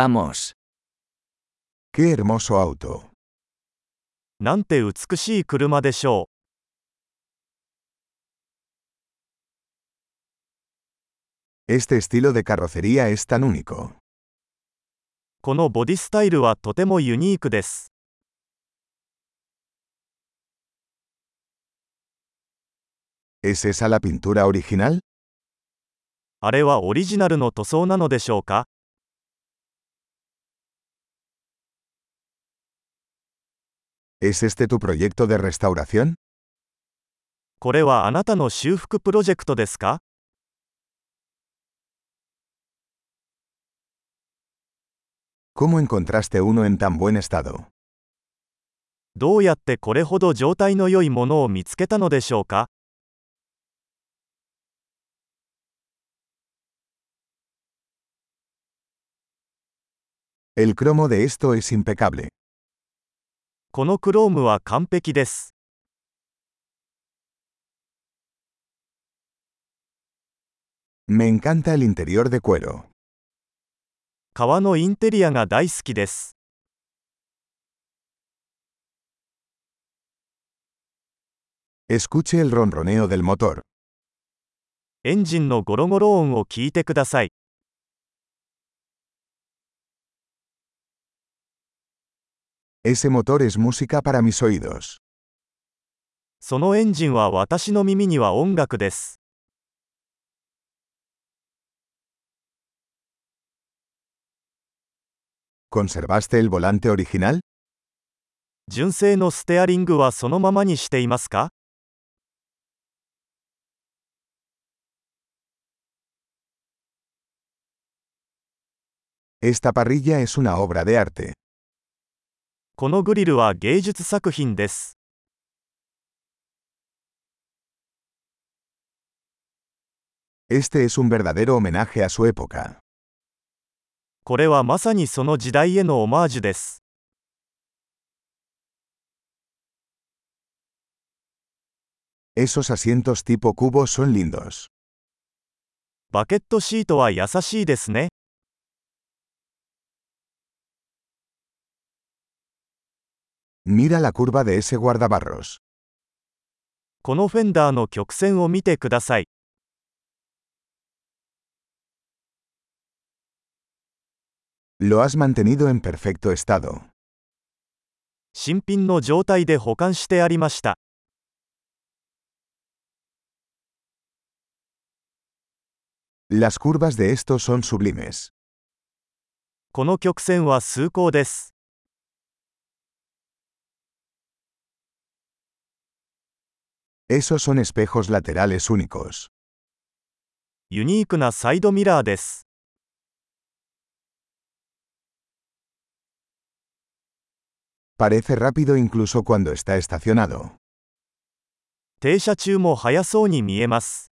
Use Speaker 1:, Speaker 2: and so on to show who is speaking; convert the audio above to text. Speaker 1: Vamos.
Speaker 2: ¡Qué hermoso auto!
Speaker 3: なんて美しい車でしょ
Speaker 2: Este estilo de carrocería es tan único.
Speaker 3: う。このボディスタイルはとてもユニークです。
Speaker 2: ¿Es esa la pintura original?
Speaker 3: あれはオリジナルの塗装なのでしょうか
Speaker 2: ¿Es este tu proyecto de restauración?
Speaker 3: これはあなたの修復プロジェクトですか
Speaker 2: ¿Cómo encontraste uno en tan buen estado?
Speaker 3: どうやってこれほど状態の良いものを見つけたのでしょうか
Speaker 2: El cromo de esto es impecable.
Speaker 3: このクロームは完璧です。
Speaker 2: Me encanta el interior de cuero.
Speaker 3: 革のインテリアが大好きです。
Speaker 2: Escuche el ronroneo del motor.
Speaker 3: エンジンのゴロゴロ音を聞いてください。
Speaker 2: Ese motor es música para mis oídos.
Speaker 3: そのエンジンは私の耳には音楽です。
Speaker 2: ¿Conservaste el volante original?
Speaker 3: 純正のステアリングはそのままにしていますか
Speaker 2: Esta parrilla es una obra de arte.
Speaker 3: このグリルは芸術作品です。
Speaker 2: Este es un verdadero homenaje a su época.
Speaker 3: これはまさにその時代へのオマージュです。
Speaker 2: Esos asientos tipo cubo son lindos.
Speaker 3: バケットシートは優しいですね。
Speaker 2: Mira la curva de ese guardabarros.
Speaker 3: このフェンダーの曲線を見てください。
Speaker 2: Lo has mantenido en perfecto estado.
Speaker 3: 新品の状態で保管してありました。
Speaker 2: Las curvas de estos son sublimes.
Speaker 3: この曲線は崇高です。
Speaker 2: Esos son espejos laterales únicos.
Speaker 3: ユニークなサイドミラーです。
Speaker 2: Parece rápido incluso cuando está estacionado.
Speaker 3: 停車中も速そうに見えます。